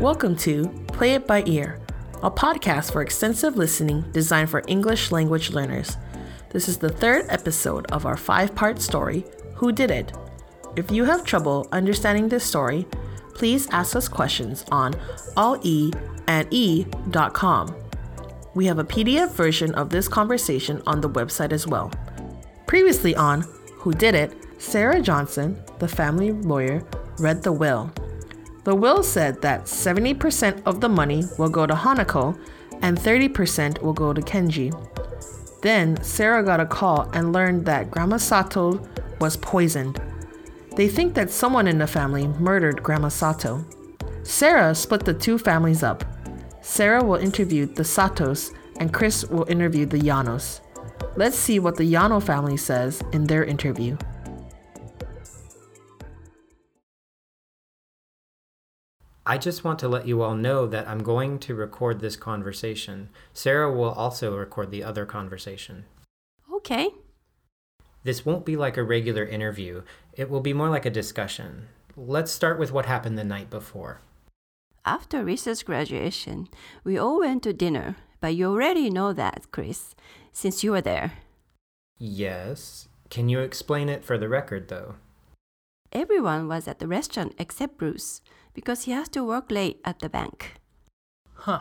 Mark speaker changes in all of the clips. Speaker 1: Welcome to Play It By Ear, a podcast for extensive listening designed for English language learners. This is the third episode of our five part story, Who Did It? If you have trouble understanding this story, please ask us questions on E alleandE.com. We have a PDF version of this conversation on the website as well. Previously on Who Did It, Sarah Johnson, the family lawyer, read the will. The will said that 70% of the money will go to Hanako and 30% will go to Kenji. Then Sarah got a call and learned that Grandma Sato was poisoned. They think that someone in the family murdered Grandma Sato. Sarah split the two families up. Sarah will interview the Satos and Chris will interview the Yanos. Let's see what the Yano family says in their interview.
Speaker 2: I just want to let you all know that I'm going to record this conversation. Sarah will also record the other conversation.
Speaker 3: Okay.
Speaker 2: This won't be like a regular interview, it will be more like a discussion. Let's start with what happened the night before.
Speaker 3: After Risa's graduation, we all went to dinner, but you already know that, Chris, since you were there.
Speaker 2: Yes. Can you explain it for the record, though?
Speaker 3: Everyone was at the restaurant except Bruce, because he has to work late at the bank.
Speaker 4: Huh.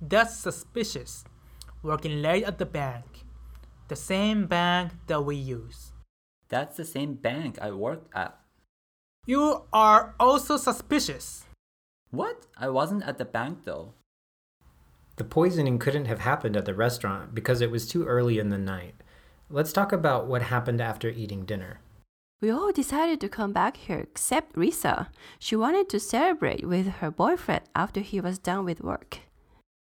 Speaker 4: That's suspicious. Working late at the bank. The same bank that we use.
Speaker 5: That's the same bank I worked at.
Speaker 4: You are also suspicious.
Speaker 5: What? I wasn't at the bank though.
Speaker 2: The poisoning couldn't have happened at the restaurant because it was too early in the night. Let's talk about what happened after eating dinner.
Speaker 3: We all decided to come back here except Risa. She wanted to celebrate with her boyfriend after he was done with work.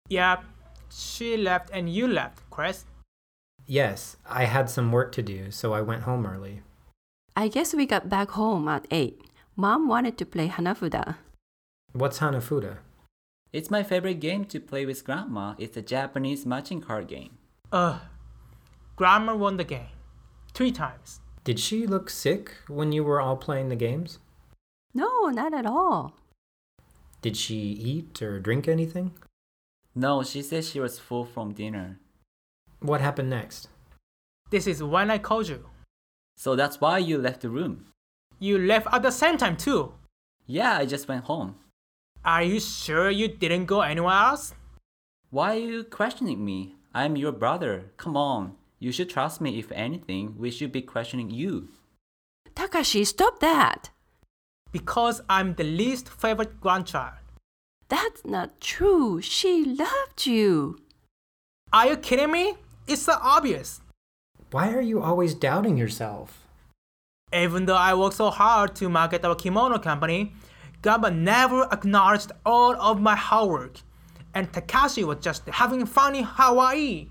Speaker 4: Yep. She left and you left, Chris.
Speaker 2: Yes, I had some work to do, so I went home early.
Speaker 3: I guess we got back home at 8. Mom wanted to play Hanafuda.
Speaker 2: What's Hanafuda?
Speaker 5: It's my favorite game to play with grandma. It's a Japanese matching card game.
Speaker 4: Ugh. Grammar won the game. Three times.
Speaker 2: Did she look sick when you were all playing the games?
Speaker 3: No, not at all.
Speaker 2: Did she eat or drink anything?
Speaker 5: No, she said she was full from dinner.
Speaker 2: What happened next?
Speaker 4: This is when I called you.
Speaker 5: So that's why you left the room.
Speaker 4: You left at the same time, too.
Speaker 5: Yeah, I just went home.
Speaker 4: Are you sure you didn't go anywhere else?
Speaker 5: Why are you questioning me? I'm your brother. Come on. You should trust me. If anything, we should be questioning you.
Speaker 3: Takashi, stop that!
Speaker 4: Because I'm the least favorite grandchild.
Speaker 3: That's not true. She loved you.
Speaker 4: Are you kidding me? It's so obvious.
Speaker 2: Why are you always doubting yourself?
Speaker 4: Even though I worked so hard to market our kimono company, Gamba never acknowledged all of my hard work. And Takashi was just having fun in Hawaii.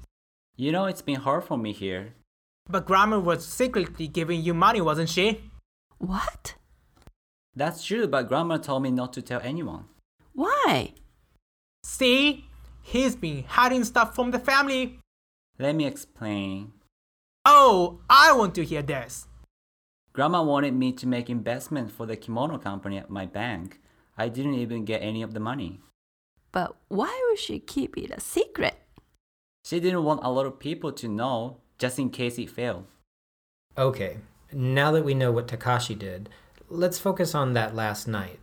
Speaker 5: You know, it's been hard for me here.
Speaker 4: But Grandma was secretly giving you money, wasn't she?
Speaker 3: What?
Speaker 5: That's true, but grandma told me not to tell anyone.
Speaker 3: Why?
Speaker 4: See? He's been hiding stuff from the family.
Speaker 5: Let me explain.
Speaker 4: Oh, I want to hear this.
Speaker 5: Grandma wanted me to make investment for the kimono company at my bank. I didn't even get any of the money.
Speaker 3: But why would she keep it a secret?
Speaker 5: She didn't want a lot of people to know just in case it failed.
Speaker 2: Okay, now that we know what Takashi did, let's focus on that last night.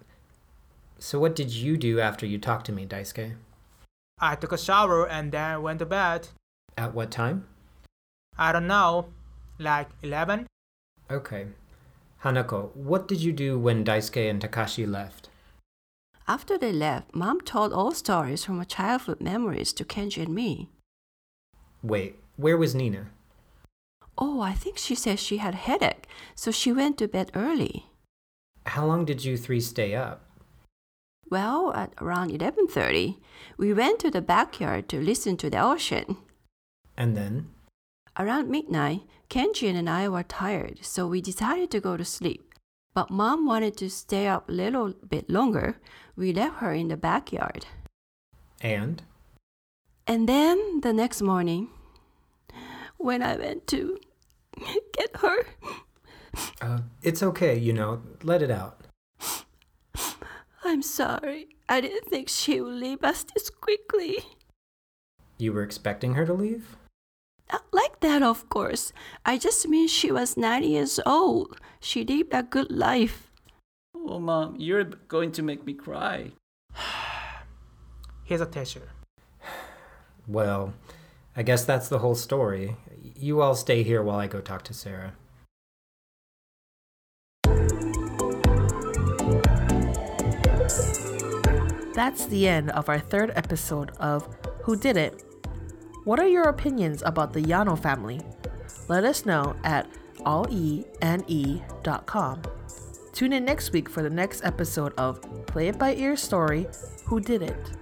Speaker 2: So, what did you do after you talked to me, Daisuke?
Speaker 4: I took a shower and then went to bed.
Speaker 2: At what time?
Speaker 4: I don't know, like 11?
Speaker 2: Okay. Hanako, what did you do when Daisuke and Takashi left?
Speaker 3: After they left, Mom told all stories from her childhood memories to Kenji and me.
Speaker 2: Wait, where was Nina?
Speaker 3: Oh, I think she said she had headache, so she went to bed early.
Speaker 2: How long did you three stay up?
Speaker 3: Well, at around 11:30, we went to the backyard to listen to the ocean.
Speaker 2: And then?
Speaker 3: Around midnight, Kenjin and I were tired, so we decided to go to sleep. But mom wanted to stay up a little bit longer. We left her in the backyard.
Speaker 2: And?
Speaker 3: And then the next morning, when I went to get her,
Speaker 2: Uh, it's okay, you know, let it out.
Speaker 3: I I'm sorry. I didn't think she would leave us this quickly.
Speaker 2: You were expecting her to leave?
Speaker 3: Not like that, of course. I just mean she was nine years old. She lived a good life.
Speaker 5: Oh, mom, you're going to make me cry.
Speaker 4: Here's a teacher.
Speaker 2: Well, I guess that's the whole story. You all stay here while I go talk to Sarah.
Speaker 1: That's the end of our third episode of Who Did It? What are your opinions about the Yano family? Let us know at e allene.com. Tune in next week for the next episode of Play It By Ear Story Who Did It?